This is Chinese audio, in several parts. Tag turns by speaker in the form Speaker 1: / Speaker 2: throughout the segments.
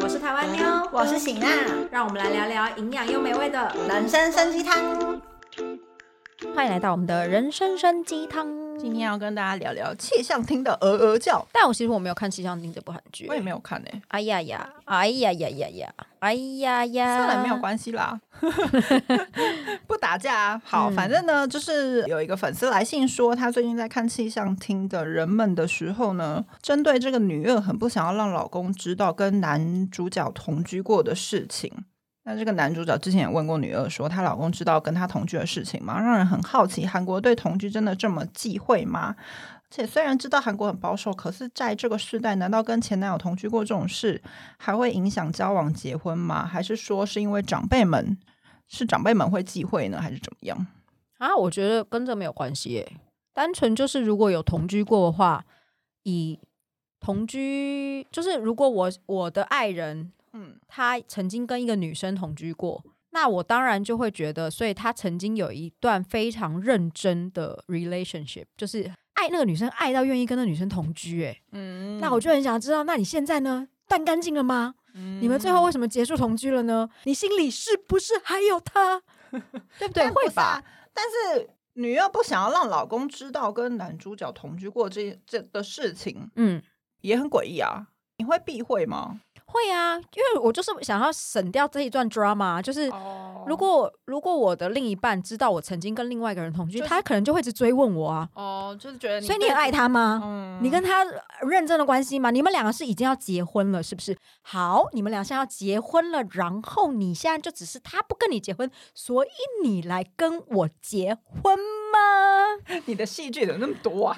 Speaker 1: 我是台湾妞，
Speaker 2: 我是醒娜，
Speaker 1: 让我们来聊聊营养又美味的。
Speaker 2: 人生生鸡汤。
Speaker 3: 欢迎来到我们的人生生鸡汤。
Speaker 4: 今天要跟大家聊聊气象厅的鹅鹅叫，
Speaker 3: 但我其实我没有看《气象厅》这部韩剧，
Speaker 4: 我也没有看呢、
Speaker 3: 哎呀呀，哎呀呀呀呀，哎呀呀，
Speaker 4: 算了，没有关系啦，不打架、啊。好，
Speaker 3: 嗯
Speaker 4: 反正呢，就是有一个粉丝来信说，他最近在看气象厅的人们的时候呢，针对这个女二很不想要让老公知道跟男主角同居过的事情。那这个男主角之前也问过女二说，她老公知道跟她同居的事情吗？让人很好奇，韩国对同居真的这么忌讳吗？而且虽然知道韩国很保守，可是在这个时代，难道跟前男友同居过这种事还会影响交往、结婚吗？还是说是因为长辈们是长辈们会忌讳呢，还是怎么样？
Speaker 3: 啊，我觉得跟这没有关系耶，单纯就是如果有同居过的话，以同居就是如果我我的爱人
Speaker 4: 嗯，
Speaker 3: 他曾经跟一个女生同居过，那我当然就会觉得，所以他曾经有一段非常认真的 relationship，就是爱那个女生爱到愿意跟那女生同居，哎，
Speaker 4: 嗯
Speaker 3: 那我就很想知道，那你现在呢？断干净了吗？
Speaker 4: 嗯
Speaker 3: 你们最后为什么结束同居了呢？你心里是不是还有他？ 对不对？会吧？？
Speaker 4: 但啊是女二不想要让老公知道跟男主角同居过这这的事情，
Speaker 3: 嗯，
Speaker 4: 也很诡异啊。你会避讳吗？
Speaker 3: 会啊，因为我就是想要省掉这一段 drama，就是。
Speaker 4: 哦
Speaker 3: 如果如果我的另一半知道我曾经跟另外一个人同居，
Speaker 4: 就是
Speaker 3: 他可能就会一直追问我啊。
Speaker 4: 哦，就是觉得
Speaker 3: 所以你很爱他吗？
Speaker 4: 嗯
Speaker 3: 你跟他认真的关系吗？你们两个是已经要结婚了，是不是？好，你们俩现在要结婚了，然后你现在就只是他不跟你结婚，所以你来跟我结婚吗？
Speaker 4: 你的戏剧怎么那么多啊？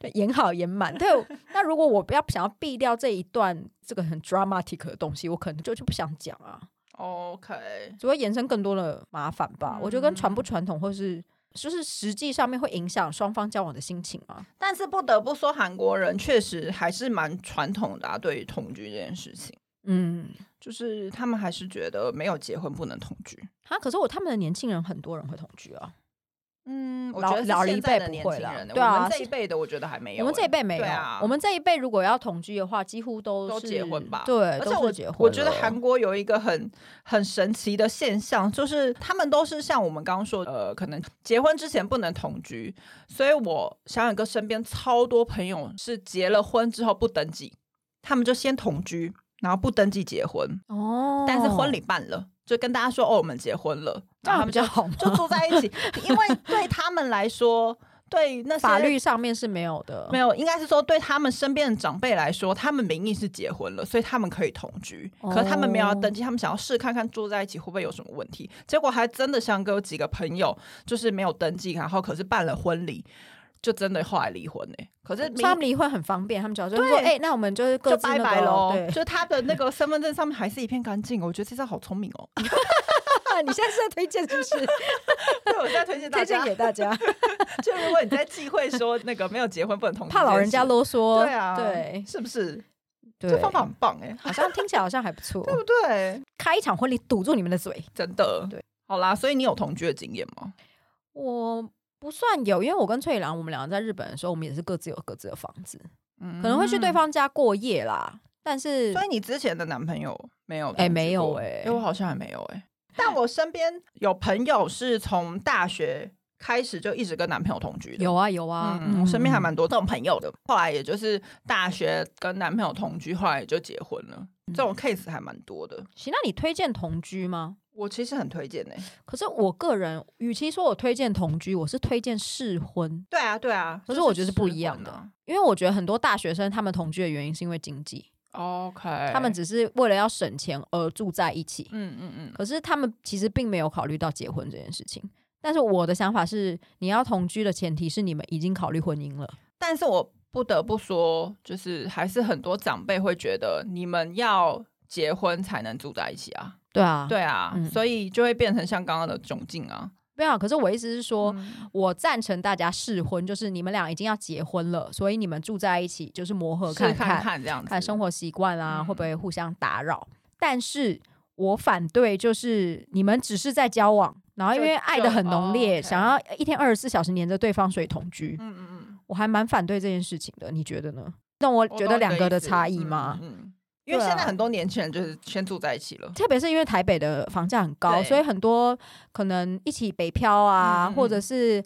Speaker 3: 对演好演满。对，那如果我不要想要避掉这一段这个很 dramatic 的东西，我可能就就不想讲啊，
Speaker 4: OK，
Speaker 3: 只会衍生更多的麻烦吧。我觉得跟传不
Speaker 4: 嗯
Speaker 3: 传统或是。就是实际上面会影响双方交往的心情啊，
Speaker 4: 但是不得不说，韩国人确实还是蛮传统的、啊，对于同居这件事情，
Speaker 3: 嗯，
Speaker 4: 就是他们还是觉得没有结婚不能同居。
Speaker 3: 啊，可是我他们的年轻人很多人会同居啊，
Speaker 4: 嗯，我
Speaker 3: 老
Speaker 4: 觉得是
Speaker 3: 老
Speaker 4: 现
Speaker 3: 一
Speaker 4: 在
Speaker 3: 辈
Speaker 4: 的
Speaker 3: 不
Speaker 4: 年
Speaker 3: 会
Speaker 4: 轻
Speaker 3: 啦
Speaker 4: 人，
Speaker 3: 对
Speaker 4: 我
Speaker 3: 啊
Speaker 4: 们这
Speaker 3: 是
Speaker 4: 一辈的我觉得还没有欸。
Speaker 3: 我们这一辈没有，
Speaker 4: 对啊
Speaker 3: 我们这一辈如果要同居的话，几乎都
Speaker 4: 都
Speaker 3: 是
Speaker 4: 结婚吧
Speaker 3: 对，
Speaker 4: 而
Speaker 3: 都
Speaker 4: 且
Speaker 3: 是
Speaker 4: 我
Speaker 3: 结婚了。
Speaker 4: 我觉得韩国有一个很很神奇的现象，就是他们都是像我们刚刚说，呃，可能结婚之前不能同居，所以我小远哥身边超多朋友是结了婚之后不登记，他们就先同居，然后不登记结婚，
Speaker 3: 哦，
Speaker 4: 但是婚礼办了，就跟大家说哦，我们结婚了，
Speaker 3: 这
Speaker 4: 然
Speaker 3: 样比
Speaker 4: 后他们就
Speaker 3: 较好吗？
Speaker 4: 就住在 一起，因为对他们来说，对那些
Speaker 3: 法律上面是没有的，
Speaker 4: 没
Speaker 3: 有
Speaker 4: 有，应该是说对他们身边的长辈来说，他们名义是结婚了，所以他们可以同居，可是他们没
Speaker 3: 哦
Speaker 4: 有要登记，他们想要试看看住在一起会不会有什么问题。结果还真的像跟有几个朋友就是没有登记，然后可是办了婚礼，就真的后来离婚呢、欸可是
Speaker 3: 他
Speaker 4: 名。
Speaker 3: 们离婚很方便，他们只要就是说，
Speaker 4: 对
Speaker 3: 哎、那我们就是各
Speaker 4: 就
Speaker 3: 自那
Speaker 4: 拜
Speaker 3: 个
Speaker 4: 拜
Speaker 3: 咯
Speaker 4: 喽，
Speaker 3: 对，
Speaker 4: 就他的那个身份证上面还是一片干净，我觉得这招好聪明哦。
Speaker 3: 你现在是在推荐是不 是？
Speaker 4: 对，我在推荐大
Speaker 3: 推荐
Speaker 4: 家，
Speaker 3: 给大家，
Speaker 4: 就如果你在忌讳说那个没有结婚不能同居这件
Speaker 3: 怕
Speaker 4: 事，
Speaker 3: 老人家啰嗦。
Speaker 4: 对啊，
Speaker 3: 对
Speaker 4: 是不是？
Speaker 3: 对
Speaker 4: 这方法很棒哎，
Speaker 3: 好像听起来好像还不错。
Speaker 4: 对不啊对？
Speaker 3: 开一场婚礼堵住你们的嘴，
Speaker 4: 真的。
Speaker 3: 对，
Speaker 4: 好啦，所以你有同居的经验吗？
Speaker 3: 我不算有，因为我跟翠兰我们两个在日本的时候，我们也是各自有各自的房子。
Speaker 4: 嗯
Speaker 3: 可能会去对。方家过夜啦，但是
Speaker 4: 所以你之前的男朋友没有同居过？
Speaker 3: 哎没有哎
Speaker 4: 哎我好像还没有哎、但我身边有朋友是从大学开始就一直跟男朋友同居的。
Speaker 3: 有啊有啊，
Speaker 4: 嗯，我身边还蛮多这种朋友的。后来也就是大学跟男朋友同居，后来也就结婚了。
Speaker 3: 嗯
Speaker 4: 这种 case 还蛮多的。
Speaker 3: 行，那你推荐同居吗？
Speaker 4: 我其实很推荐呢、
Speaker 3: 可是我个人，与其说我推荐同居，我是推荐试婚，
Speaker 4: 对啊，对啊。
Speaker 3: 可是
Speaker 4: 就
Speaker 3: 我觉得是不一
Speaker 4: 试
Speaker 3: 样
Speaker 4: 婚
Speaker 3: 的
Speaker 4: 啊。
Speaker 3: 因为我觉得很多大学生他们同居的原因是因为经济，
Speaker 4: OK，
Speaker 3: 他们只是为了要省钱而住在一起，
Speaker 4: 嗯嗯嗯，
Speaker 3: 可是他们其实并没有考虑到结婚这件事情。但是我的想法是，你要同居的前提是你们已经考虑婚姻了。
Speaker 4: 但是我不得不说，就是还是很多长辈会觉得你们要结婚才能住在一起啊，
Speaker 3: 对啊，
Speaker 4: 对啊，
Speaker 3: 嗯
Speaker 4: 所以就会变成像刚刚的窘境啊。
Speaker 3: 没有。可是我意思是说，
Speaker 4: 嗯
Speaker 3: 我赞成大家试婚，就是你们俩已经要结婚了，所以你们住在一起就是磨合
Speaker 4: 试
Speaker 3: 看
Speaker 4: 看
Speaker 3: 看
Speaker 4: 看这样子，
Speaker 3: 看生活习惯啊、
Speaker 4: 嗯
Speaker 3: 会不会互相打扰。但是我反对，就是你们只是在交往，然后因
Speaker 4: 就
Speaker 3: 为爱的很浓烈，
Speaker 4: 就哦，OK
Speaker 3: 想要一天二十四小时黏着对方，所以同居。
Speaker 4: 嗯嗯嗯，嗯
Speaker 3: 我还蛮反对这件事情的，你觉得呢？让我
Speaker 4: 我
Speaker 3: 觉
Speaker 4: 懂
Speaker 3: 得
Speaker 4: 你
Speaker 3: 两个
Speaker 4: 意
Speaker 3: 的
Speaker 4: 思
Speaker 3: 差异嘛。
Speaker 4: 嗯，嗯因为
Speaker 3: 对啊
Speaker 4: 现在很多年轻人就是先住在一起了，
Speaker 3: 特别是因为台北的房价很高，
Speaker 4: 对
Speaker 3: 所以很多可能一起北漂啊，
Speaker 4: 嗯嗯嗯
Speaker 3: 或者是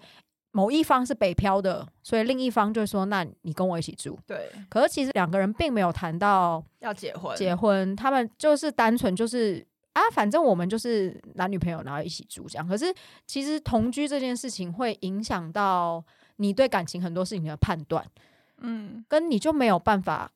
Speaker 3: 某一方是北漂的，所以另一方就说：“那你跟我一起住。
Speaker 4: 对，”
Speaker 3: 可是其实两个人并没有谈到
Speaker 4: 要结婚，
Speaker 3: 结婚，他们就是单纯就是啊，反正我们就是男女朋友，然后一起住这样。可是其实同居这件事情会影响到你对感情很多事情的判断，
Speaker 4: 嗯，
Speaker 3: 跟你就没有办法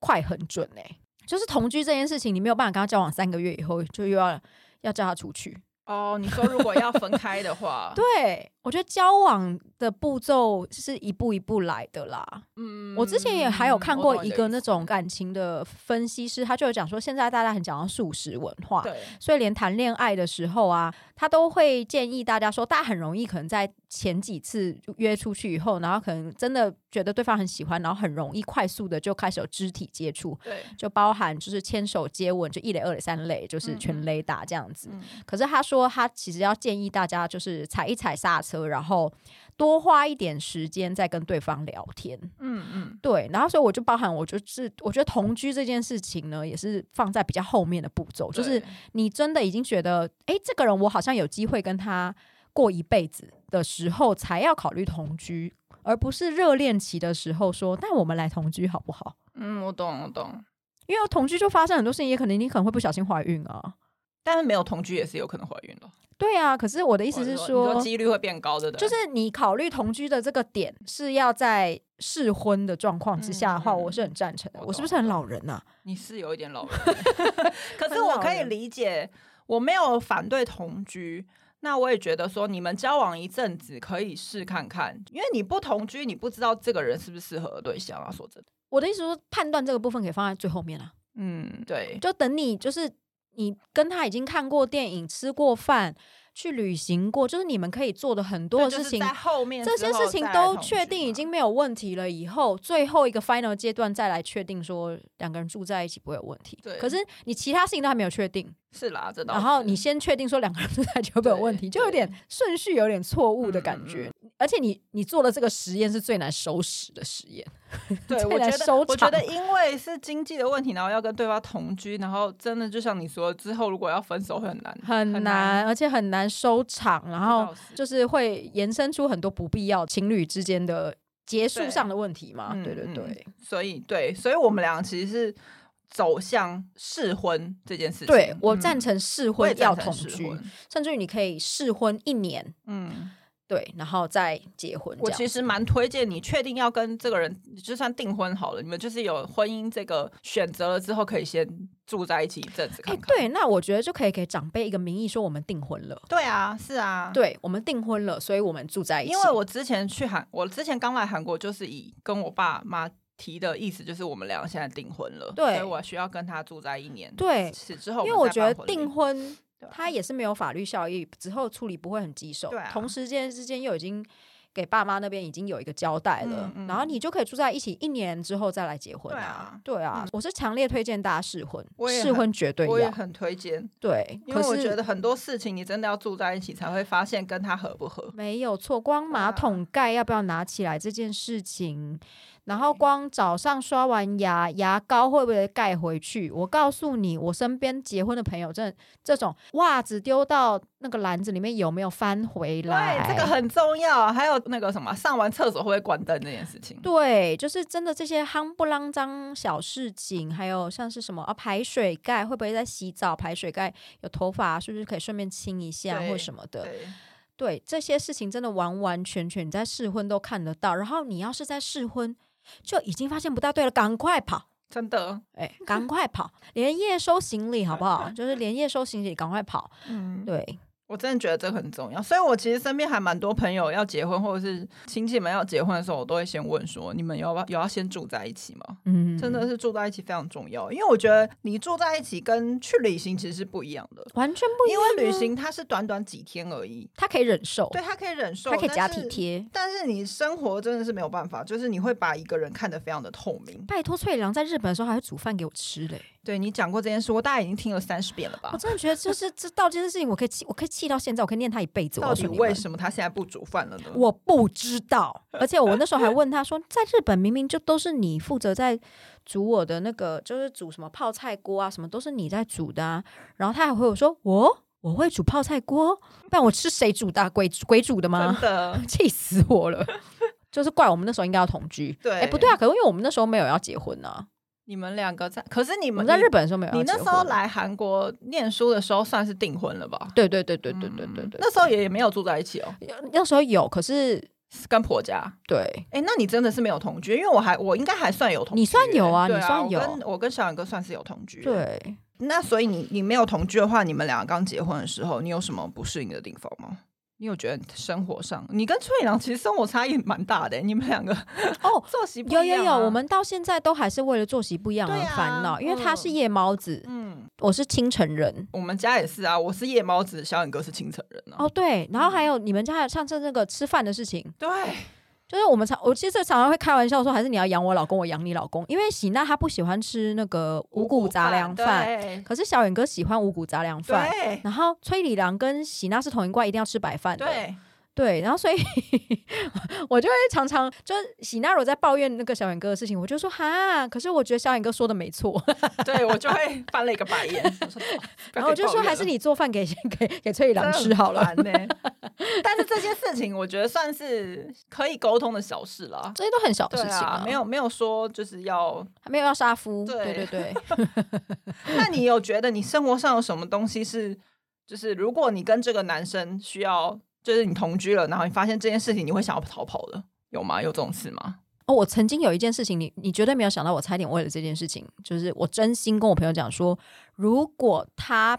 Speaker 3: 快很准嘞、就是同居这件事情，你没有办法跟他交往三个月以后，就又要要叫他出去。，
Speaker 4: 哦，你说如果要分开的话
Speaker 3: 对我觉得交往的步骤是一步一步来的啦。
Speaker 4: 嗯
Speaker 3: 我之前也还有看
Speaker 4: 我
Speaker 3: 过
Speaker 4: 懂
Speaker 3: 一
Speaker 4: 你的
Speaker 3: 个
Speaker 4: 意
Speaker 3: 那
Speaker 4: 思
Speaker 3: 种感情的分析师，他就有讲说，现在大家很讲到素食文化，
Speaker 4: 对，
Speaker 3: 所以连谈恋爱的时候啊，他都会建议大家说，大家很容易可能在前几次约出去以后，然后可能真的觉得对方很喜欢，然后很容易快速的就开始有肢体接触，
Speaker 4: 对，
Speaker 3: 就包含就是牵手、接吻，就一垒、二垒、三垒，就是全垒打这样子。
Speaker 4: 嗯
Speaker 3: 可是他说，他其实要建议大家就是踩一踩刹车，然后多花一点时间再跟对方聊天。
Speaker 4: 嗯嗯，
Speaker 3: 对，然后所以我就包含我就是我觉得同居这件事情呢，也是放在比较后面的步骤，就是
Speaker 4: 对
Speaker 3: 你真的已经觉得，诶，这个人我好像有机会跟他过一辈子的时候，才要考虑同居，而不是热恋期的时候说，那我们来同居好不好？
Speaker 4: 嗯，我懂我懂，
Speaker 3: 因为同居就发生很多事情，也可能你可能会不小心怀孕啊。
Speaker 4: 但是没有同居也是有可能怀孕的，
Speaker 3: 对啊，可是我的意
Speaker 4: 意
Speaker 3: 思是
Speaker 4: 说
Speaker 3: 说，
Speaker 4: 几率会变高的，对不对
Speaker 3: 就是你考虑同居的这个点是要在适婚的状况之下的话，
Speaker 4: 嗯嗯嗯
Speaker 3: 我是很赞成的。
Speaker 4: 我
Speaker 3: 我是
Speaker 4: 懂
Speaker 3: 不是很老人啊？
Speaker 4: 你是有一点老人 欸， 可是我可以理解，我没有反对同居。那我也觉得说，你们交往一阵子可以试看看，因为你不同居，你不知道这个人是不是适合的对象啊。说真的，
Speaker 3: 我的意思是说，判断这个部分可以放在最后面啊。
Speaker 4: 嗯，对，
Speaker 3: 就等你就是你跟他已经看过电影、吃过饭、去旅行过，就是你们可以做的很多的
Speaker 4: 这
Speaker 3: 事
Speaker 4: 就是
Speaker 3: 情，
Speaker 4: 在后面
Speaker 3: 这
Speaker 4: 之
Speaker 3: 些
Speaker 4: 后
Speaker 3: 事情
Speaker 4: 再来
Speaker 3: 都
Speaker 4: 同
Speaker 3: 确
Speaker 4: 居
Speaker 3: 定已
Speaker 4: 嘛
Speaker 3: 经没有问题了以后，最后一个 final 阶段再来确定说两个人住在一起不会有问题。
Speaker 4: 对
Speaker 3: 可是你其他事情都还没有确定，
Speaker 4: 是啦，这倒
Speaker 3: 然后
Speaker 4: 是
Speaker 3: 你先确定说两个人住在一起会不会有问题，
Speaker 4: 对
Speaker 3: 就有点顺序有点错误的
Speaker 4: 嗯
Speaker 3: 感
Speaker 4: 嗯
Speaker 3: 觉。而且你你做了这个实验是最难收拾的实验，
Speaker 4: 对
Speaker 3: 再
Speaker 4: 我
Speaker 3: 来
Speaker 4: 觉得
Speaker 3: 收
Speaker 4: 我觉
Speaker 3: 场
Speaker 4: 得因为是经济的问题，然后要跟对方同居，然后真的就像你说，之后如果要分手会很难，
Speaker 3: 很
Speaker 4: 很
Speaker 3: 难，而且很难收场，然
Speaker 4: 这
Speaker 3: 后
Speaker 4: 倒是
Speaker 3: 就是会延伸出很多不必要情侣之间的结束上的问题嘛。
Speaker 4: 嗯
Speaker 3: 对对
Speaker 4: 嗯
Speaker 3: 对，
Speaker 4: 所以对，所以我们俩其实是走向试婚这件事情。
Speaker 3: 对我
Speaker 4: 嗯
Speaker 3: 赞，成试
Speaker 4: 我
Speaker 3: 婚
Speaker 4: 也赞
Speaker 3: 要
Speaker 4: 成
Speaker 3: 同
Speaker 4: 试
Speaker 3: 居，
Speaker 4: 婚
Speaker 3: 甚至于你可以试婚一年，
Speaker 4: 嗯，
Speaker 3: 对，然后再结婚这
Speaker 4: 我
Speaker 3: 样。
Speaker 4: 其实蛮推荐你，确定要跟这个人，就算订婚好了，你们就是有婚姻这个选择了之后，可以先住在一起一阵子
Speaker 3: 哎、
Speaker 4: 看看。
Speaker 3: 对，那我觉得就可以给长辈一个名义，说我们订婚了，
Speaker 4: 对啊，是啊，。
Speaker 3: 对我们订婚了，所以我们住在一起。
Speaker 4: 因为我之前去韩，我之前刚来韩国，就是以跟我爸妈提的意思，就是我们俩现在订婚了，
Speaker 3: 对
Speaker 4: 所以我需要跟他住在一年，，
Speaker 3: 对，
Speaker 4: 此之后
Speaker 3: 因为
Speaker 4: 我
Speaker 3: 我
Speaker 4: 们再
Speaker 3: 觉
Speaker 4: 办
Speaker 3: 得
Speaker 4: 婚礼
Speaker 3: 订婚
Speaker 4: 对啊
Speaker 3: 它也是没有法律效益，之后处理不会很棘手。
Speaker 4: 对啊
Speaker 3: 同时间之间又已经给爸妈那边已经有一个交代了，
Speaker 4: 嗯嗯
Speaker 3: 然后你就可以住在一起，一年之后再来结婚
Speaker 4: 对
Speaker 3: 啊
Speaker 4: 啊。
Speaker 3: 对啊，我是强烈推荐大家试婚
Speaker 4: 我，也
Speaker 3: 试婚绝对
Speaker 4: 我也
Speaker 3: 要。
Speaker 4: 很推荐，
Speaker 3: 对，
Speaker 4: 因
Speaker 3: 可
Speaker 4: 为
Speaker 3: 是
Speaker 4: 我觉得很多事情你真的要住在一起才会发现跟他合不合。
Speaker 3: 没有错，光马
Speaker 4: 啊
Speaker 3: 桶盖要不要拿起来这件事情，然后光早上刷完牙，牙膏会不会盖回去？我告诉你，我身边结婚的朋友，这这种袜子丢到那个篮子里面有没有翻回来？
Speaker 4: 对，这个很重要。还有那个什么，上完厕所会不会关灯这件事情。
Speaker 3: 对，就是真的这些夯不啷当小事情，还有像是什么啊，排水盖会不会在洗澡？排水盖有头发，是不是可以顺便清一下或
Speaker 4: 对
Speaker 3: 什么的？
Speaker 4: 对，
Speaker 3: 对这些事情真的完完全全你在试婚都看得到，然后你要是在试婚就已经发现不大对了，赶快跑！
Speaker 4: 真的，
Speaker 3: 哎，赶快跑！连夜收行李好不好？就是连夜收行李，赶快跑！
Speaker 4: 嗯，
Speaker 3: 对，
Speaker 4: 我真的觉得这个很重要。所以我其实身边还蛮多朋友要结婚，或者是亲戚们要结婚的时候，我都会先问说，你们有要有要先住在一起吗？
Speaker 3: 嗯，
Speaker 4: 真的是住在一起非常重要，因为我觉得你住在一起跟去旅行其实是不一样的，
Speaker 3: 完全不一
Speaker 4: 因
Speaker 3: 样、啊
Speaker 4: 为旅，行它是短短几天而已，
Speaker 3: 他可以忍受，
Speaker 4: 对，它可以忍受，
Speaker 3: 他可以
Speaker 4: 但
Speaker 3: 假
Speaker 4: 是
Speaker 3: 体贴。
Speaker 4: 但是你生活真的是没有办法，就是你会把一个人看得非常的透明。
Speaker 3: 拜托，翠良在日本的时候还会煮饭给我吃嘞，
Speaker 4: 对你讲过这件事，我大概已经听了三十遍了吧
Speaker 3: 我？真的觉得就是这道这件事情，我可以气，我可以气到现在，我可以念他一辈子。我
Speaker 4: 到
Speaker 3: 告诉
Speaker 4: 底
Speaker 3: 你
Speaker 4: 为
Speaker 3: 们，
Speaker 4: 什么他现在不煮饭了呢？
Speaker 3: 我不知道。而且我那时候还问他说，在日本明明就都是你负责在煮我的那个，就是煮什么泡菜锅啊，什么都是你在煮的啊。然后他还回我说，我我会煮泡菜锅，不然我吃谁煮的啊、鬼鬼煮的吗
Speaker 4: 真？的
Speaker 3: 气死我 了！就是怪我们那时候应该要同居。
Speaker 4: 对
Speaker 3: 哎，不对啊，可是因为我们那时候没有要结婚啊，你
Speaker 4: 你们两个在，可是你
Speaker 3: 我
Speaker 4: 们
Speaker 3: 们在
Speaker 4: 你
Speaker 3: 日本的时候没有要
Speaker 4: 你那
Speaker 3: 结
Speaker 4: 时候
Speaker 3: 婚啊
Speaker 4: 来韩国念书的时候算是订婚了吧？
Speaker 3: 对对对对对对对
Speaker 4: 嗯
Speaker 3: 对，
Speaker 4: 那时候也没有住在一起哦，
Speaker 3: 那那时候有，可是
Speaker 4: 跟婆家。
Speaker 3: 对
Speaker 4: 哎、那你真的是没有同居，因为我还我应该还算有同居欸、
Speaker 3: 你算有啊
Speaker 4: 对
Speaker 3: 你算有
Speaker 4: 我跟我跟小远哥算是有同居。，
Speaker 3: 对，
Speaker 4: 那所以你你没有同居的话，你们两个刚结婚的时候，你有什么不适应的地方吗？你有觉得生活上，你跟崔良其实生活差异蛮大的欸、你们两个
Speaker 3: 哦。
Speaker 4: 作息不一
Speaker 3: 有
Speaker 4: 样啊、
Speaker 3: 有有，我们到现在都还是为了作息不一样而
Speaker 4: 对啊
Speaker 3: 烦恼，因为他是
Speaker 4: 嗯
Speaker 3: 夜猫子，
Speaker 4: 嗯，
Speaker 3: 我是清晨人。
Speaker 4: 我们家也是啊，我是夜猫子，小远哥是清晨人啊。
Speaker 3: 哦，对，然后还有你们家还有上次那个吃饭的事情，
Speaker 4: 对，
Speaker 3: 就是我们常我其实常常会开玩笑说，还是你要养我老公，我养你老公，因为喜娜她不喜欢吃那个五谷杂粮饭，
Speaker 4: 对
Speaker 3: 可是小远哥喜欢五谷杂粮饭，
Speaker 4: 对
Speaker 3: 然后崔里郎跟喜娜是同一挂，一定要吃白饭的，
Speaker 4: 对，
Speaker 3: 对，然后所以 我就会常常就是喜娜如果在抱怨那个小远哥的事情，我就说哈，可是我觉得小远哥说的没错，
Speaker 4: 对我就会翻了一个白 眼，我说哦不要
Speaker 3: 然后我就
Speaker 4: 给
Speaker 3: 说
Speaker 4: 抱怨
Speaker 3: 还是你做饭给 给给翠里郎
Speaker 4: 了
Speaker 3: 吃好了，
Speaker 4: 真的很烦欸但是这些事情我觉得算是可以沟通的小事啦。
Speaker 3: 这些都很小的
Speaker 4: 对
Speaker 3: 事情
Speaker 4: 啊，没有没有说就是要。
Speaker 3: 没有要杀夫，对
Speaker 4: 对
Speaker 3: 对对，
Speaker 4: 那你有觉得你生活上有什么东西是，就是如果你跟这个男生需要，就是你同居了，然后你发现这件事情，你会想要逃跑的，有吗？有这种事吗？
Speaker 3: 哦，我曾经有一件事情，你你绝对没有想到，我差一点为了这件事情，就是我真心跟我朋友讲说，如果他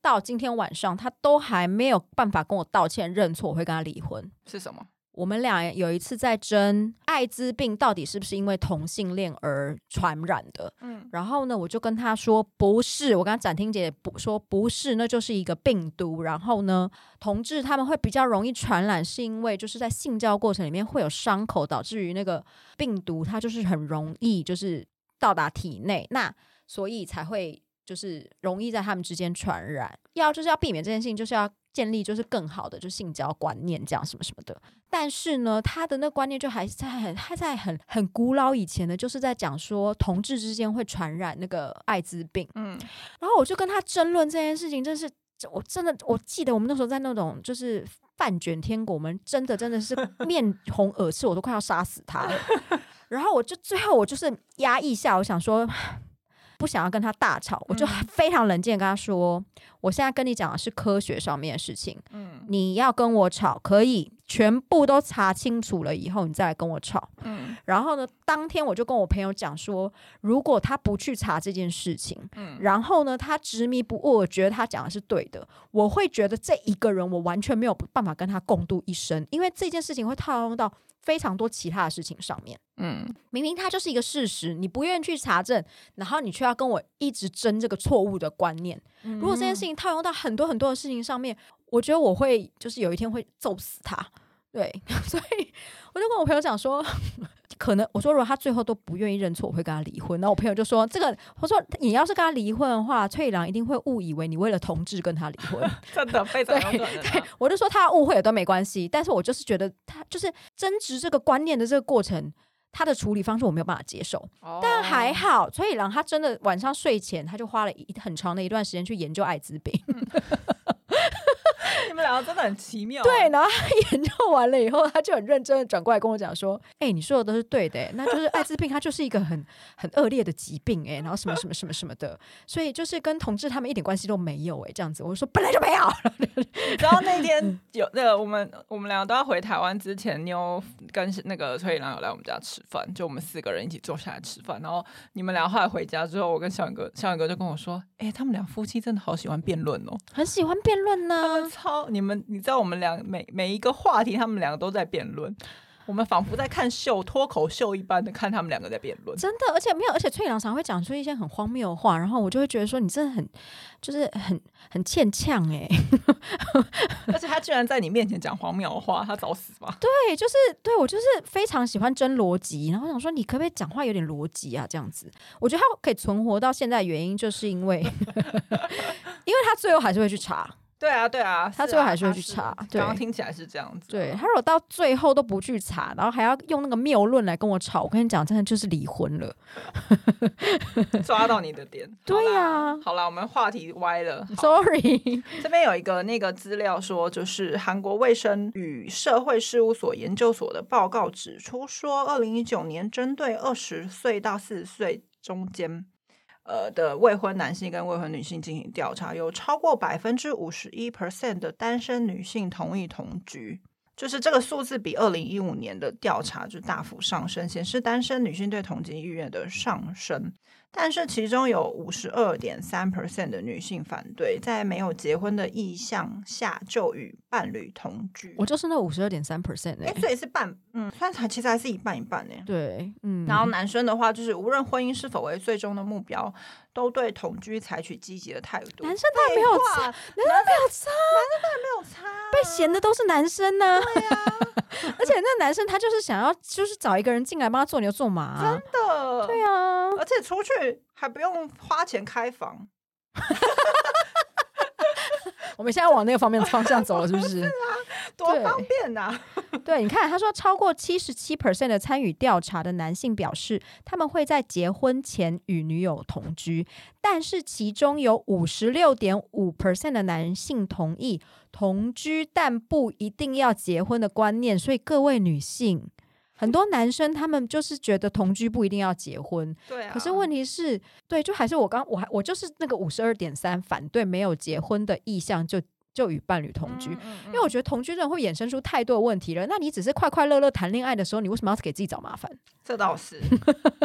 Speaker 3: 到今天晚上他都还没有办法跟我道歉认错，我会跟他离婚。
Speaker 4: 是什么？
Speaker 3: 我们俩有一次在争艾滋病到底是不是因为同性恋而传染的，
Speaker 4: 嗯，
Speaker 3: 然后呢，我就跟他说不是，我跟他展厅姐不说不是，那就是一个病毒。然后呢，同志他们会比较容易传染，是因为就是在性交过程里面会有伤口，导致于那个病毒它就是很容易就是到达体内，那所以才会就是容易在他们之间传染。要就是要避免这件事情，就是要。建立就是更好的就性交观念，这样什么什么的。但是呢，他的那观念就还是在很还在很很古老以前的，就是在讲说同志之间会传染那个艾滋病。
Speaker 4: 嗯，
Speaker 3: 然后我就跟他争论这件事情，真是我真的我记得我们那时候在那种就是饭卷天国，我们真的真的 是面红耳赤，我都快要杀死他了。然后我就最后我就是压抑下，我想说。不想要跟他大吵，我就
Speaker 4: 嗯
Speaker 3: 非常冷静地跟他说：“我现在跟你讲的是科学上面的事情，
Speaker 4: 嗯
Speaker 3: 你要跟我吵，可以全部都查清楚了以后，你再来跟我吵。
Speaker 4: 嗯
Speaker 3: 然后呢，当天我就跟我朋友讲说，如果他不去查这件事情，
Speaker 4: 嗯，
Speaker 3: 然后呢，他执迷不悟，我觉得他讲的是对的，我会觉得这一个人我完全没有办法跟他共度一生，因为这件事情会套用到非常多其他的事情上面。
Speaker 4: 嗯，
Speaker 3: 明明它就是一个事实，你不愿意去查证，然后你却要跟我一直争这个错误的观念。如果这件事情套用到很多很多的事情上面，我觉得我会就是有一天会揍死他。对， 所以我就跟我朋友讲说， 可能我说如果他最后都不愿意认错，我会跟他离婚。然后我朋友就说，这个我说你要是跟他离婚的话，翠郎一定会误以为你为了同志跟他离婚。
Speaker 4: 真的非常 有可能啊、
Speaker 3: 我就说他误会了都没关系，但是我就是觉得他就是争执这个观念的这个过程。他的处理方式我没有办法接受，
Speaker 4: 哦
Speaker 3: 但还好，崔以郎他真的晚上睡前他就花了一很长的一段时间去研究艾滋病，
Speaker 4: 你们两个真的很奇妙啊、
Speaker 3: 对，然后他 研究完了以后，他就很认真的转过来跟我讲说：“哎、你说的都是对的、哎那就是艾滋病，它就是一个很很恶劣的疾病、哎，然后什么什么什么什么的，所以就是跟同志他们一点关系都没有、哎，这样子。”我说：“本来就没有。
Speaker 4: 然后那天有那个我们我们两个都要回台湾之前，妞跟那个崔一郎有来我们家吃饭，就我们四个人一起坐下来吃饭。然后你们俩后来回家之后，我跟小远哥，小远哥就跟我说：“哎、他们俩夫妻真的好喜欢辩论哦，”
Speaker 3: 很喜欢辩论
Speaker 4: 他
Speaker 3: 呢、
Speaker 4: 们超你们你知道我们俩每每一个话题，他们两个都在辩论，我们仿佛在看秀脱口秀一般的看他们两个在辩论。
Speaker 3: 真的，而且没有，而且翠良常会讲出一些很荒谬的话，然后我就会觉得说你真的很，就是很很欠呛哎、
Speaker 4: 而且他居然在你面前讲荒谬话，他找死吧！
Speaker 3: 对，就是对我就是非常喜欢争逻辑，然后想说你可不可以讲话有点逻辑啊？这样子，我觉得他可以存活到现在，原因就是因为，因 为他最后还是会去查，
Speaker 4: 对啊，对啊，
Speaker 3: 他
Speaker 4: 是
Speaker 3: 最后
Speaker 4: 啊
Speaker 3: 还是会
Speaker 4: 他
Speaker 3: 去查对
Speaker 4: 刚刚听起来是这样子，啊
Speaker 3: 对他如果到最后都不去查，然后还要用那个谬论来跟我吵，我跟你讲，真的就是离婚了。
Speaker 4: 抓到你的点。
Speaker 3: 对
Speaker 4: 好啦
Speaker 3: 啊
Speaker 4: 好啦，我们话题歪了。
Speaker 3: Sorry，
Speaker 4: 这边有一个那个资料说，就是韩国卫生与社会事务所研究所的报告指出说，二零一九年针对二十岁到四十岁中间。呃的未婚男性跟未婚女性进行调查，有超过百分之五十一 percent 的单身女性同意同居，就是这个数字比二零一五年的调查就大幅上升，显示单身女性对同居意愿的上升。但是其中有五十二点三 percent 的女性反对在没有结婚的意向下就与伴侣同居。
Speaker 3: 我就是那五十二点三 percent
Speaker 4: 哎、
Speaker 3: 哎，
Speaker 4: 这也是半，嗯，算还其实还是一半一半呢、
Speaker 3: 对，嗯，
Speaker 4: 然后男生的话，就是无论婚姻是否为最终的目标，都对同居采取积极的态度。
Speaker 3: 男生当然没有
Speaker 4: 废话
Speaker 3: 差，
Speaker 4: 男
Speaker 3: 男生没有差，
Speaker 4: 生没有啊差啊，
Speaker 3: 被嫌的都是男生呢、 而且那男生他就是想要，就是找一个人进来帮他做牛做马、啊。
Speaker 4: 真的。
Speaker 3: 对啊，
Speaker 4: 而且出去还不用花钱开房，
Speaker 3: 我们现在往那个方面方向走了，是不 是？啊
Speaker 4: 多
Speaker 3: 对
Speaker 4: 方便呐、
Speaker 3: 对，你看，他说超过七十七 percent 的参与调查的男性表示，他们会在结婚前与女友同居，但是其中有五十六点五 percent 的男性同意同居，但不一定要结婚的观念。所以各位女性，很多男生他们就是觉得同居不一定要结婚，
Speaker 4: 对啊。
Speaker 3: 可是问题是，对，就还是我刚我还我就是那个五十二点三反对没有结婚的意向就就与伴侣同居，
Speaker 4: 嗯，嗯
Speaker 3: 因为我觉得同居真的会衍生出太多的问题了。那你只是快快乐乐谈恋爱的时候，你为什么要给自己找麻烦？
Speaker 4: 这倒是，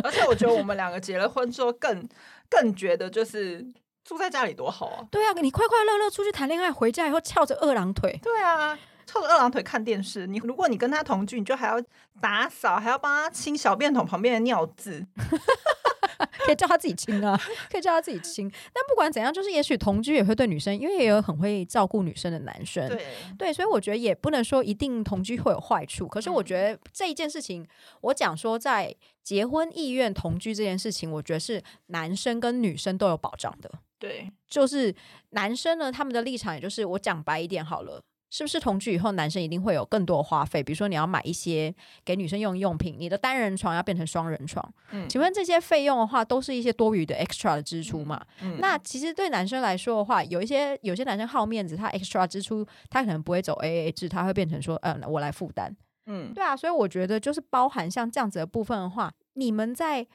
Speaker 4: 而且我觉得我们两个结了婚之后更更觉得就是住在家里多好啊。
Speaker 3: 对啊，你快快乐乐出去谈恋爱，回家以后翘着二郎腿，
Speaker 4: 对啊，翘着二郎腿看电视。你如果你跟他同居，你就还要打扫，还要帮他清小便桶旁边的尿渍。
Speaker 3: 可以叫他自己亲啊， 可以叫他自己亲。但不管怎样，就是也许同居也会对女生，因为也有很会照顾女生的男生，
Speaker 4: 对，
Speaker 3: 对，所以我觉得也不能说一定同居会有坏处，可是我觉得这一件事情，我讲说在结婚意愿同居这件事情，我觉得是男生跟女生都有保障的。
Speaker 4: 对，
Speaker 3: 就是男生呢，他们的立场也就是我讲白一点好了。是不是同居以后，男生一定会有更多的花费？比如说，你要买一些给女生用的用品，你的单人床要变成双人床。
Speaker 4: 嗯
Speaker 3: 请问这些费用的话，都是一些多余的 extra 的支出嘛？
Speaker 4: 嗯
Speaker 3: 那其实对男生来说的话，有一些有些男生好面子，他 extra 支出他可能不会走 AA 制，他会变成说，嗯，我来负担。
Speaker 4: 嗯，
Speaker 3: 对啊，所以我觉得就是包含像这样子的部分的话，你们在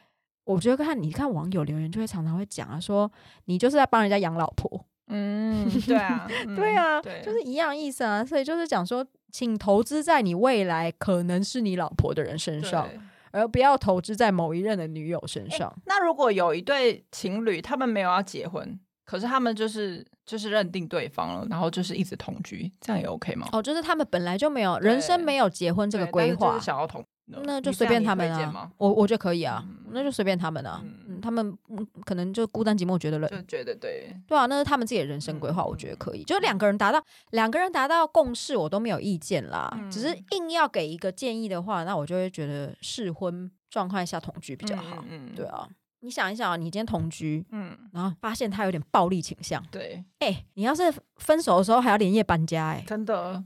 Speaker 3: 我觉得看你看网友留言就会常常会讲啊，说你就是在帮人家养老婆。
Speaker 4: 嗯，对 啊，嗯
Speaker 3: 对啊，
Speaker 4: 对，
Speaker 3: 就是一样意思啊。所以就是讲说，请投资在你未来可能是你老婆的人身
Speaker 4: 对
Speaker 3: 上，而不要投资在某一任的女友身上。
Speaker 4: 那如果有一对情侣，他们没有要结婚，可是他们就是就是认定对方了，然后就是一直同居，这样也 OK 吗？
Speaker 3: 哦，就是他们本来就没有人生
Speaker 4: 对
Speaker 3: 没有结婚这个
Speaker 4: 对
Speaker 3: 规
Speaker 4: 但是就
Speaker 3: 划
Speaker 4: 是，想要同，呃
Speaker 3: 那就
Speaker 4: 你
Speaker 3: 随
Speaker 4: 这
Speaker 3: 便
Speaker 4: 样你
Speaker 3: 他们
Speaker 4: 推荐
Speaker 3: 啊
Speaker 4: 吗，
Speaker 3: 我我觉得可以啊，
Speaker 4: 嗯
Speaker 3: 那就随便他们啊，
Speaker 4: 嗯
Speaker 3: 嗯，他们嗯可能就孤单寂寞觉得冷，
Speaker 4: 就觉得对，
Speaker 3: 对啊，那是他们自己的人生规划，
Speaker 4: 嗯
Speaker 3: 我觉得可以，就两个人达到两个人达到共识，我都没有意见啦，
Speaker 4: 嗯
Speaker 3: 只是硬要给一个建议的话，那我就会觉得适婚状况下同居比较好，
Speaker 4: 嗯，嗯
Speaker 3: 对，啊，你想一想啊，你今天同居，
Speaker 4: 嗯，
Speaker 3: 然后发现他有点暴力倾向，
Speaker 4: 对，
Speaker 3: 哎、你要是分手的时候还要连夜搬家、哎。
Speaker 4: 真的，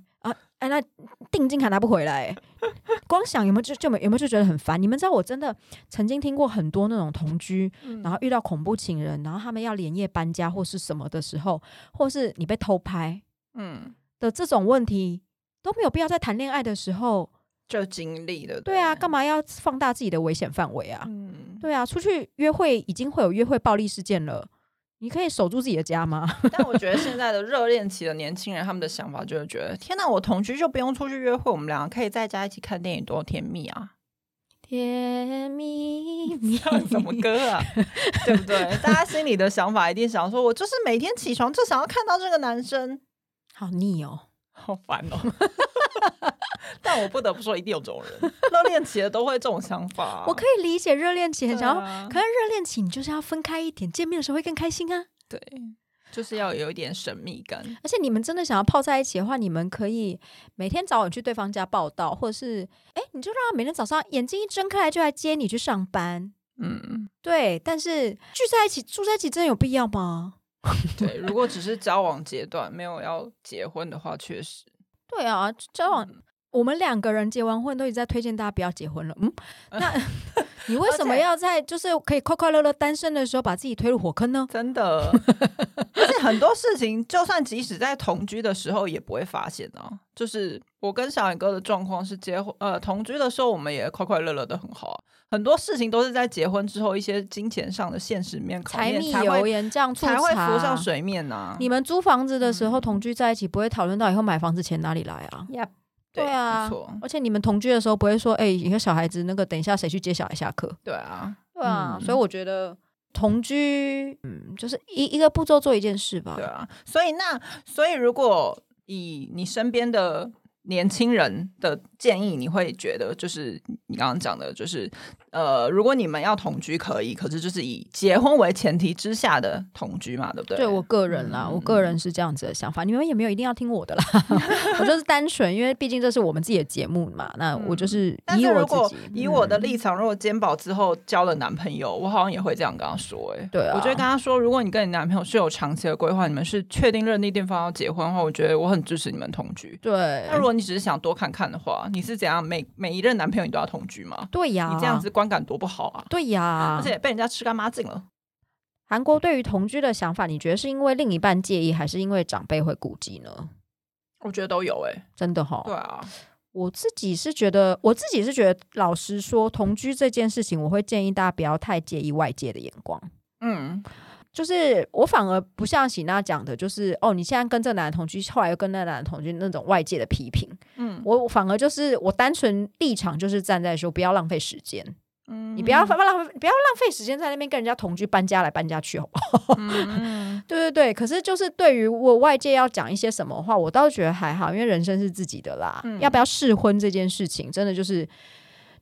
Speaker 3: 哎，那定金还拿不回来、欸，光想有没有就就没有没有就觉得很烦。你们知道我真的曾经听过很多那种同居，
Speaker 4: 嗯
Speaker 3: 然后遇到恐怖情人，然后他们要连夜搬家或是什么的时候，或是你被偷拍
Speaker 4: 嗯，
Speaker 3: 的这种问题都没有必要在谈恋爱的时候。
Speaker 4: 就经历的，
Speaker 3: 对啊，干
Speaker 4: 嘛？
Speaker 3: 嘛要放大自己的危险范围啊？
Speaker 4: 嗯，
Speaker 3: 对啊，出去约会已经会有约会暴力事件了，你可以守住自己的家吗？
Speaker 4: 但我觉得现在的热恋期的年轻人，他们的想法就是觉得，天哪，我同居就不用出去约会，我们两个可以在家一起看电影，多甜蜜 啊！
Speaker 3: 甜蜜蜜，
Speaker 4: 唱 什么歌啊？对不对？大家心里的想法一定想说，我就是每天起床就想要看到这个男生，
Speaker 3: 好腻哦。
Speaker 4: 好烦哦。 但我不得不说，一定有这种人，热恋期的都会这种想法啊、
Speaker 3: 我可以理解热恋期很想要，
Speaker 4: 对啊
Speaker 3: 可是热恋期你就是要分开一点，见面的时候会更开心啊。
Speaker 4: 对，就是要有一点神秘感。
Speaker 3: 而且你们真的想要泡在一起的话，你们可以每天早晚去对方家报道，或者是哎，你就让他每天早上眼睛一睁开来就来接你去上班。
Speaker 4: 嗯，
Speaker 3: 对，但是聚在一起住在一起真的有必要吗？
Speaker 4: 对。如果只是交往阶段，没有要结婚的话，确实
Speaker 3: 对啊，交往、我们两个人结完婚都已经在推荐大家不要结婚了。 嗯，那你为什么要在就是可以快快乐乐单身的时候把自己推入火坑呢？
Speaker 4: 真的。 而且很多事情，就算即使在同居的时候，也不会发现啊。就是我跟小野哥的状况是结婚，呃，同居的时候我们也快快乐乐的很好啊、很多事情都是在结婚之后，一些金钱上的现实面、考
Speaker 3: 柴
Speaker 4: 验
Speaker 3: 米
Speaker 4: 才
Speaker 3: 油
Speaker 4: 会
Speaker 3: 盐酱醋
Speaker 4: 才会浮
Speaker 3: 茶。
Speaker 4: 上水面呐、啊。嗯
Speaker 3: 你们租房子的时候同居在一起，不会讨论到以后买房子钱哪里来啊？对啊
Speaker 4: 没错，
Speaker 3: 而且你们同居的时候不会说，哎、一个小孩子那个等一下谁去接小孩下课？
Speaker 4: 对啊，
Speaker 3: 对啊，
Speaker 4: 嗯
Speaker 3: 所以我觉得同居，嗯，就是一一个步骤做一件事吧
Speaker 4: 对。啊。所以那所以如果以你身边的年轻人的建议，你会觉得就是你刚刚讲的，就是呃，如果你们要同居可以，可是就是以结婚为前提之下的同居嘛，对不对？
Speaker 3: 对我个人啦，
Speaker 4: 嗯
Speaker 3: 我个人是这样子的想法，你们也没有一定要听我 的啦，我就是单纯，因为毕竟这是我们自己的节目嘛，那我就是
Speaker 4: 嗯但
Speaker 3: 以
Speaker 4: 是
Speaker 3: 我
Speaker 4: 如
Speaker 3: 自
Speaker 4: 果
Speaker 3: 己，
Speaker 4: 以我的
Speaker 3: 嗯
Speaker 4: 立场，如果肩膀之后交了男朋友，我好像也会这样跟他说、欸。哎，
Speaker 3: 对啊
Speaker 4: 我就会跟他说，如果你跟你男朋友是有长期的规划，你们是确定认定对方要结婚的话，我觉得我很支持你们同居。
Speaker 3: 对
Speaker 4: 那如果你只是想多看看的话，你是怎样每每一任男朋友你都要同居吗？
Speaker 3: 对呀，
Speaker 4: 你这样子观感多不好啊！
Speaker 3: 对呀，
Speaker 4: 而且被人家吃干抹净了。
Speaker 3: 韩国对于同居的想法，你觉得是因为另一半介意，还是因为长辈会顾忌呢？
Speaker 4: 我觉得都有哎、
Speaker 3: 真的哈，
Speaker 4: 对啊，
Speaker 3: 我自己是觉得，我自己是觉得，老实说，同居这件事情，我会建议大家不要太介意外界的眼光。
Speaker 4: 嗯，
Speaker 3: 就是我反而不像喜娜讲的，就是哦，你现在跟这个男的同居，后来又跟那个男的同居，那种外界的批评，
Speaker 4: 嗯
Speaker 3: 我反而就是我单纯立场就是站在说不要浪费时间，
Speaker 4: 嗯
Speaker 3: 你不要浪浪不要浪费时间在那边跟人家同居搬家来搬家去，好不好？
Speaker 4: 嗯
Speaker 3: 对对对，可是就是对于我外界要讲一些什么话，我倒觉得还好，因为人生是自己的啦。
Speaker 4: 嗯
Speaker 3: 要不要试婚这件事情，真的就是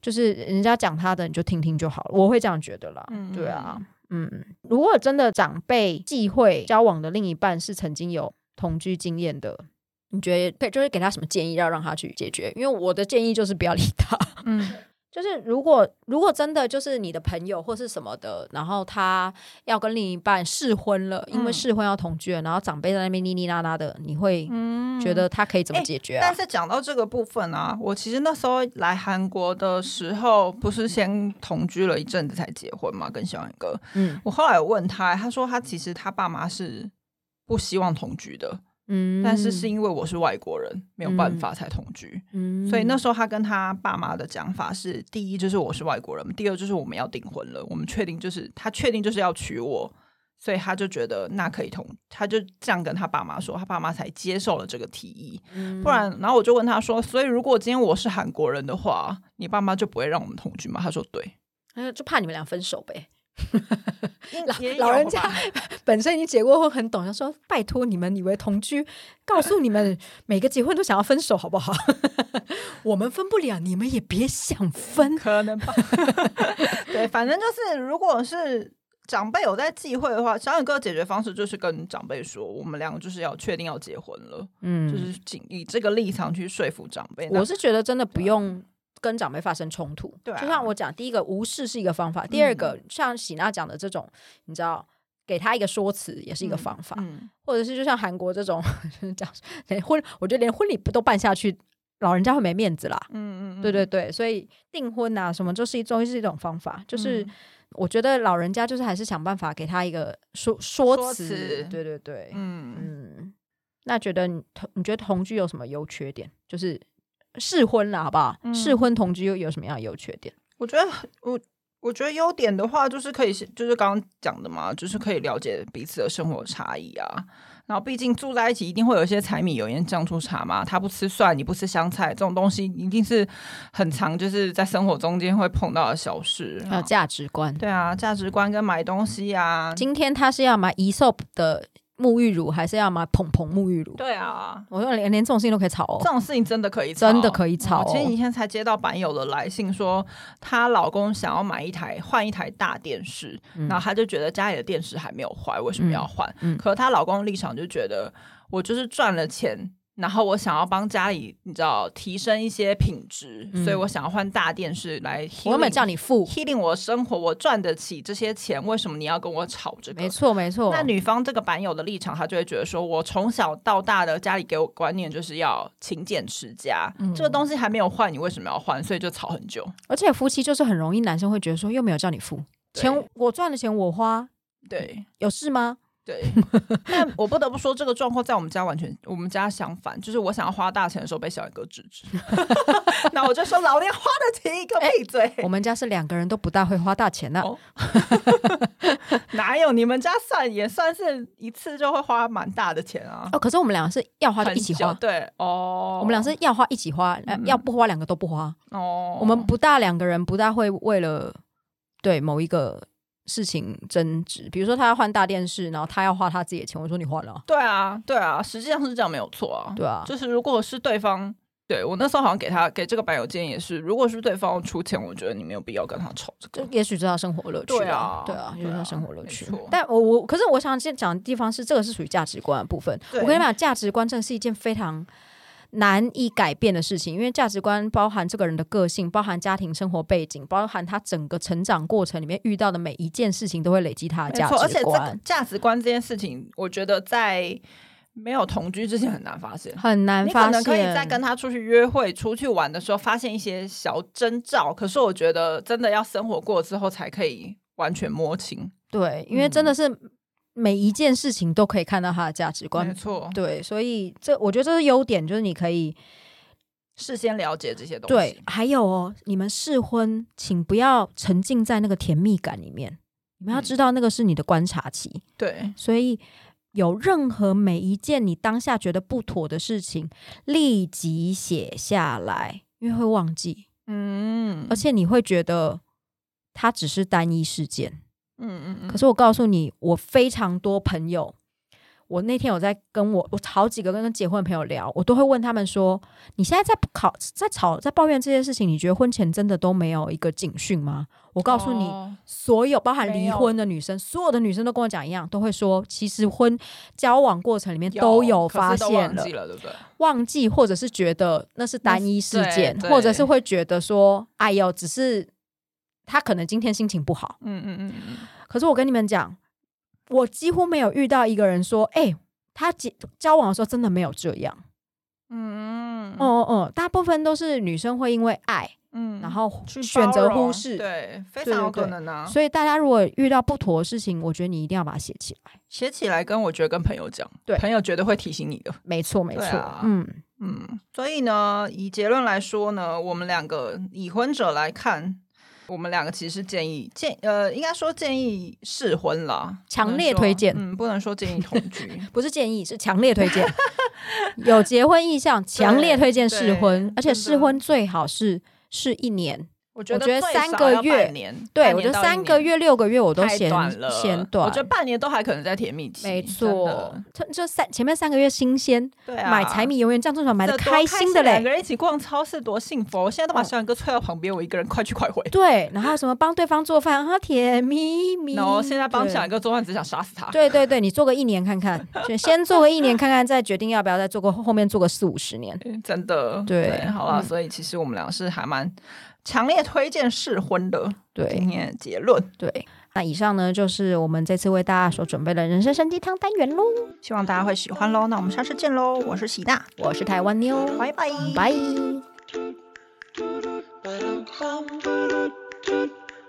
Speaker 3: 就是人家讲他的，你就听听就好了，我会这样觉得啦。
Speaker 4: 嗯
Speaker 3: 对啊，嗯，如果真的长辈忌讳交往的另一半是曾经有同居经验的。你觉得可以，就是给他什么建议，要让他去解决？因为我的建议就是不要理他。
Speaker 4: 嗯
Speaker 3: 就是如果如果真的就是你的朋友或是什么的，然后他要跟另一半试婚了，因为
Speaker 4: 嗯
Speaker 3: 试婚要同居了，然后长辈在那边腻腻啦啦的，你会
Speaker 4: 嗯
Speaker 3: 觉得他可以怎么
Speaker 4: 诶
Speaker 3: 解决啊？
Speaker 4: 但是讲到这个部分啊，我其实那时候来韩国的时候，不是先同居了一阵子才结婚嘛，跟小远哥。
Speaker 3: 嗯
Speaker 4: 我后来有问他，他说他其实他爸妈是不希望同居的，
Speaker 3: 嗯
Speaker 4: 但是是因为我是外国人，没有办法才同居。
Speaker 3: 嗯
Speaker 4: 所以那时候他跟他爸妈的讲法是：第一就是我是外国人，第二就是我们要订婚了，我们确定就是他确定就是要娶我，所以他就觉得那可以同，他就这样跟他爸妈说，他爸妈才接受了这个提议。
Speaker 3: 嗯
Speaker 4: 不然，然后我就问他说：所以如果今天我是韩国人的话，你爸妈就不会让我们同居吗？他说对，
Speaker 3: 哎就怕你们俩分手呗。
Speaker 4: 也
Speaker 3: 老
Speaker 4: 有
Speaker 3: 人家
Speaker 4: 吧
Speaker 3: 本身已经结过婚，很懂，他说拜托你们以为同居，告诉你 们每个结婚都想要分手好不好？ 我们分不了，你们也别想分。
Speaker 4: 可能吧。 对，反正就是，如果是长辈有在忌讳的话，小远哥的解决方式就是跟长辈说，我们两个就是要确定要结婚了，
Speaker 3: 嗯
Speaker 4: 就是仅以这个立场去说服长辈。那啊
Speaker 3: 我是觉得真的不用跟长辈发生冲突。
Speaker 4: 对啊嗯
Speaker 3: 就像我讲，第一个无视是一个方法，第二个、像喜娜讲的这种，你知道。给他一个说辞也是一个方法，
Speaker 4: 嗯，
Speaker 3: 或者是就像韩国这种 就是讲连婚，我觉得连婚礼不都办下去，老人家会没面子啦。
Speaker 4: 嗯嗯，
Speaker 3: 对对对，所以订婚啊什么，这是一种是一种方法，就是
Speaker 4: 嗯
Speaker 3: 我觉得老人家就是还是想办法给他一个说说
Speaker 4: 说
Speaker 3: 辞。
Speaker 4: 辞
Speaker 3: 对对对，
Speaker 4: 嗯，
Speaker 3: 嗯，那觉得你同你觉得同居有什么优缺点？就是试婚啦，好不好？
Speaker 4: 嗯
Speaker 3: 试婚同居又有什么样的优缺点？
Speaker 4: 我觉得我。我觉得优点的话，就是可以，就是刚刚讲的嘛，就是可以了解彼此的生活差异啊。然后，毕竟住在一起，一定会有一些柴米油盐酱醋茶嘛。他不吃蒜，你不吃香菜，这种东西一定是很常就是在生活中间会碰到的小事。啊
Speaker 3: 还有价值观。
Speaker 4: 对啊，价值观跟买东西啊，
Speaker 3: 今天他是要买 e s o p 的沐浴乳还是要买蓬蓬沐浴乳。
Speaker 4: 对啊，
Speaker 3: 我说连连这种事情都可以吵哦
Speaker 4: 这，种事情真的可以嗯
Speaker 3: 真的可以
Speaker 4: 以
Speaker 3: 吵、哦。
Speaker 4: 我前几天才接到版友的来信说，她老公想要买一台换一台大电视，
Speaker 3: 嗯
Speaker 4: 然后她就觉得家里的电视还没有坏，为什么要换？
Speaker 3: 嗯嗯
Speaker 4: 可她老公立场就觉得我就是赚了钱。然后我想要帮家里，你知道提升一些品质，
Speaker 3: 嗯
Speaker 4: 所以我想要换大电视来 healing。
Speaker 3: 我有没有叫你付？
Speaker 4: healing 我的生活，我赚得起这些钱，为什么你要跟我吵这个？
Speaker 3: 没错，没错。
Speaker 4: 那女方这个版友的立场，她就会觉得说，我从小到大的家里给我观念就是要勤俭持家，
Speaker 3: 嗯
Speaker 4: 这个东西还没有换，你为什么要换？所以就吵 很久。
Speaker 3: 而且夫妻就是很容易，男生会觉得说又没有叫你付
Speaker 4: 对
Speaker 3: 钱，我赚的钱我花，
Speaker 4: 对
Speaker 3: 有事吗？
Speaker 4: 对，但我不得不说，这个状况在我们家完全，我们家相反，就是我想要花大钱的时候被小野哥 制止，那我就说老娘花得起一个闭嘴。
Speaker 3: 哎我们家是两个人都不大会花大钱呢、
Speaker 4: 哦 哪有你们家算也算是一次就会花蛮大的钱啊？
Speaker 3: 哦，可是我们俩是要花就
Speaker 4: 很
Speaker 3: 一起
Speaker 4: 久
Speaker 3: 花，
Speaker 4: 对哦，嗯
Speaker 3: 我们俩是要花一起花，呃要不花两个都不花。
Speaker 4: 哦，
Speaker 3: 我们不大两个人不大会为了对某一个事情争执，比如说他要换大电视，然后他要花他自己的钱，我说你换了啊，
Speaker 4: 对啊，对啊，实际上是这样没有错啊。
Speaker 3: 对啊，
Speaker 4: 就是如果是对方，对我那时候好像给他给这个版友建议也是，如果是对方出钱，我觉得你没有必要跟他吵这
Speaker 3: 就
Speaker 4: 个。
Speaker 3: 也许这是他生活乐趣
Speaker 4: 对啊
Speaker 3: 对啊，
Speaker 4: 对啊
Speaker 3: 就是他生活乐趣
Speaker 4: 没错。
Speaker 3: 但我我可是我想先讲的地方是，这个是属于价值观的部分。我
Speaker 4: 对
Speaker 3: 跟你讲，价值观真的是一件非常。难以改变的事情，因为价值观包含这个人的个性，包含家庭生活背景，包含他整个成长过程里面遇到的每一件事情，都会累积他的
Speaker 4: 没
Speaker 3: 价值
Speaker 4: 错，
Speaker 3: 观。
Speaker 4: 而且这个价值观这件事情，我觉得在没有同居之前很难发现。
Speaker 3: 很难
Speaker 4: 你
Speaker 3: 发现。
Speaker 4: 可能可以在跟他出去约会、出去玩的时候发现一些小征兆，可是我觉得真的要生活过之后才可以完全摸清。
Speaker 3: 对，因为真
Speaker 4: 嗯
Speaker 3: 的是每一件事情都可以看到他的价值
Speaker 4: 没
Speaker 3: 观。
Speaker 4: 错，
Speaker 3: 对，所以这我觉得这是优点，就是你可以
Speaker 4: 事先了解这些东西。
Speaker 3: 对。还有哦，你们试婚，请不要沉浸在那个甜蜜感里面，你们要
Speaker 4: 嗯
Speaker 3: 知道那个是你的观察期。
Speaker 4: 对
Speaker 3: 所以有任何每一件你当下觉得不妥的事情，立即写下来，因为会忘记，
Speaker 4: 嗯
Speaker 3: 而且你会觉得它只是单一事件。
Speaker 4: 嗯嗯嗯，
Speaker 3: 可是我告诉你，我非常多朋友，我那天有在跟我我好几个跟结婚的朋友聊，我都会问他们说：你现在在考在吵在抱怨这些事情，你觉得婚前真的都没有一个警讯吗？我告诉你，
Speaker 4: 哦
Speaker 3: 所有包含
Speaker 4: 没
Speaker 3: 离
Speaker 4: 有
Speaker 3: 婚的女生，所有的女生都跟我讲一样，都会说，其实婚交往过程里面都有发
Speaker 4: 可是
Speaker 3: 现
Speaker 4: 都忘
Speaker 3: 了
Speaker 4: 记了，对不对？
Speaker 3: 忘记，或者是觉得那是单一事件，
Speaker 4: 对对
Speaker 3: 或者是会觉得说，哎呦，只是他可能今天心情不好。
Speaker 4: 嗯嗯嗯嗯，
Speaker 3: 可是我跟你们讲，我几乎没有遇到一个人说，哎、他结交往的时候真的没有这样。
Speaker 4: 嗯
Speaker 3: 哦哦哦，大部分都是女生会因为爱，
Speaker 4: 嗯
Speaker 3: 然后
Speaker 4: 去
Speaker 3: 选择
Speaker 4: 包容
Speaker 3: 忽视。
Speaker 4: 对，非常有可能啊。
Speaker 3: 所以大家如果遇到不妥的事情，我觉得你一定要把它写起来。
Speaker 4: 写起来跟我觉得跟朋友讲，
Speaker 3: 对
Speaker 4: 朋友绝对会提醒你的。
Speaker 3: 没错，没错，
Speaker 4: 对啊
Speaker 3: 嗯，
Speaker 4: 嗯，所以呢，以结论来说呢，我们两个已婚者来看，我们两个其实建议建呃，应该说建议试婚啦，
Speaker 3: 强烈
Speaker 4: 不能说
Speaker 3: 推荐
Speaker 4: 嗯，不能说建议同
Speaker 3: 。
Speaker 4: 居
Speaker 3: 不是建议，是强烈推 荐。有结婚意向，强烈推荐试婚
Speaker 4: 对，
Speaker 3: 而且
Speaker 4: 真的
Speaker 3: 试婚最好是是一年。
Speaker 4: 我觉得
Speaker 3: 我觉得
Speaker 4: 最
Speaker 3: 三
Speaker 4: 少
Speaker 3: 个
Speaker 4: 要
Speaker 3: 月
Speaker 4: 半年，
Speaker 3: 对
Speaker 4: 半
Speaker 3: 我觉得
Speaker 4: 年到一
Speaker 3: 三个
Speaker 4: 年
Speaker 3: 月、六个月我都
Speaker 4: 太
Speaker 3: 嫌
Speaker 4: 短了，
Speaker 3: 嫌短。
Speaker 4: 我觉得半年都还可能在甜蜜期，
Speaker 3: 没
Speaker 4: 真
Speaker 3: 错
Speaker 4: 的，
Speaker 3: 这这三前面三个月新鲜，
Speaker 4: 对啊，
Speaker 3: 买柴米油盐酱醋茶买的
Speaker 4: 这多
Speaker 3: 开心的
Speaker 4: 两
Speaker 3: 嘞
Speaker 4: 个。人一起逛超市多幸福哦！我现在都把
Speaker 3: 嗯
Speaker 4: 小杨哥踹到旁边，我一个人快去快回。
Speaker 3: 对，然后什么帮对方做饭，啊，甜蜜蜜。
Speaker 4: 然后现在帮
Speaker 3: 对
Speaker 4: 小啊杨哥做饭，只想杀死他。
Speaker 3: 对对对，你做个一年看看，就先做个一年看看，再决定要不要再做个后面做个四五十 年。
Speaker 4: 嗯，真的，
Speaker 3: 对
Speaker 4: 好啦，
Speaker 3: 嗯
Speaker 4: 所以其实我们俩是还蛮强烈推荐试婚的。今
Speaker 3: 对
Speaker 4: 天的结论，
Speaker 3: 对，那以上呢就是我们这次为大家所准备的人生生鸡汤单元喽。
Speaker 4: 希望大家会喜欢喽。那我们下次见喽，我是喜大，
Speaker 3: 我是台湾妞，
Speaker 4: 拜拜。
Speaker 3: 拜。
Speaker 1: 拜。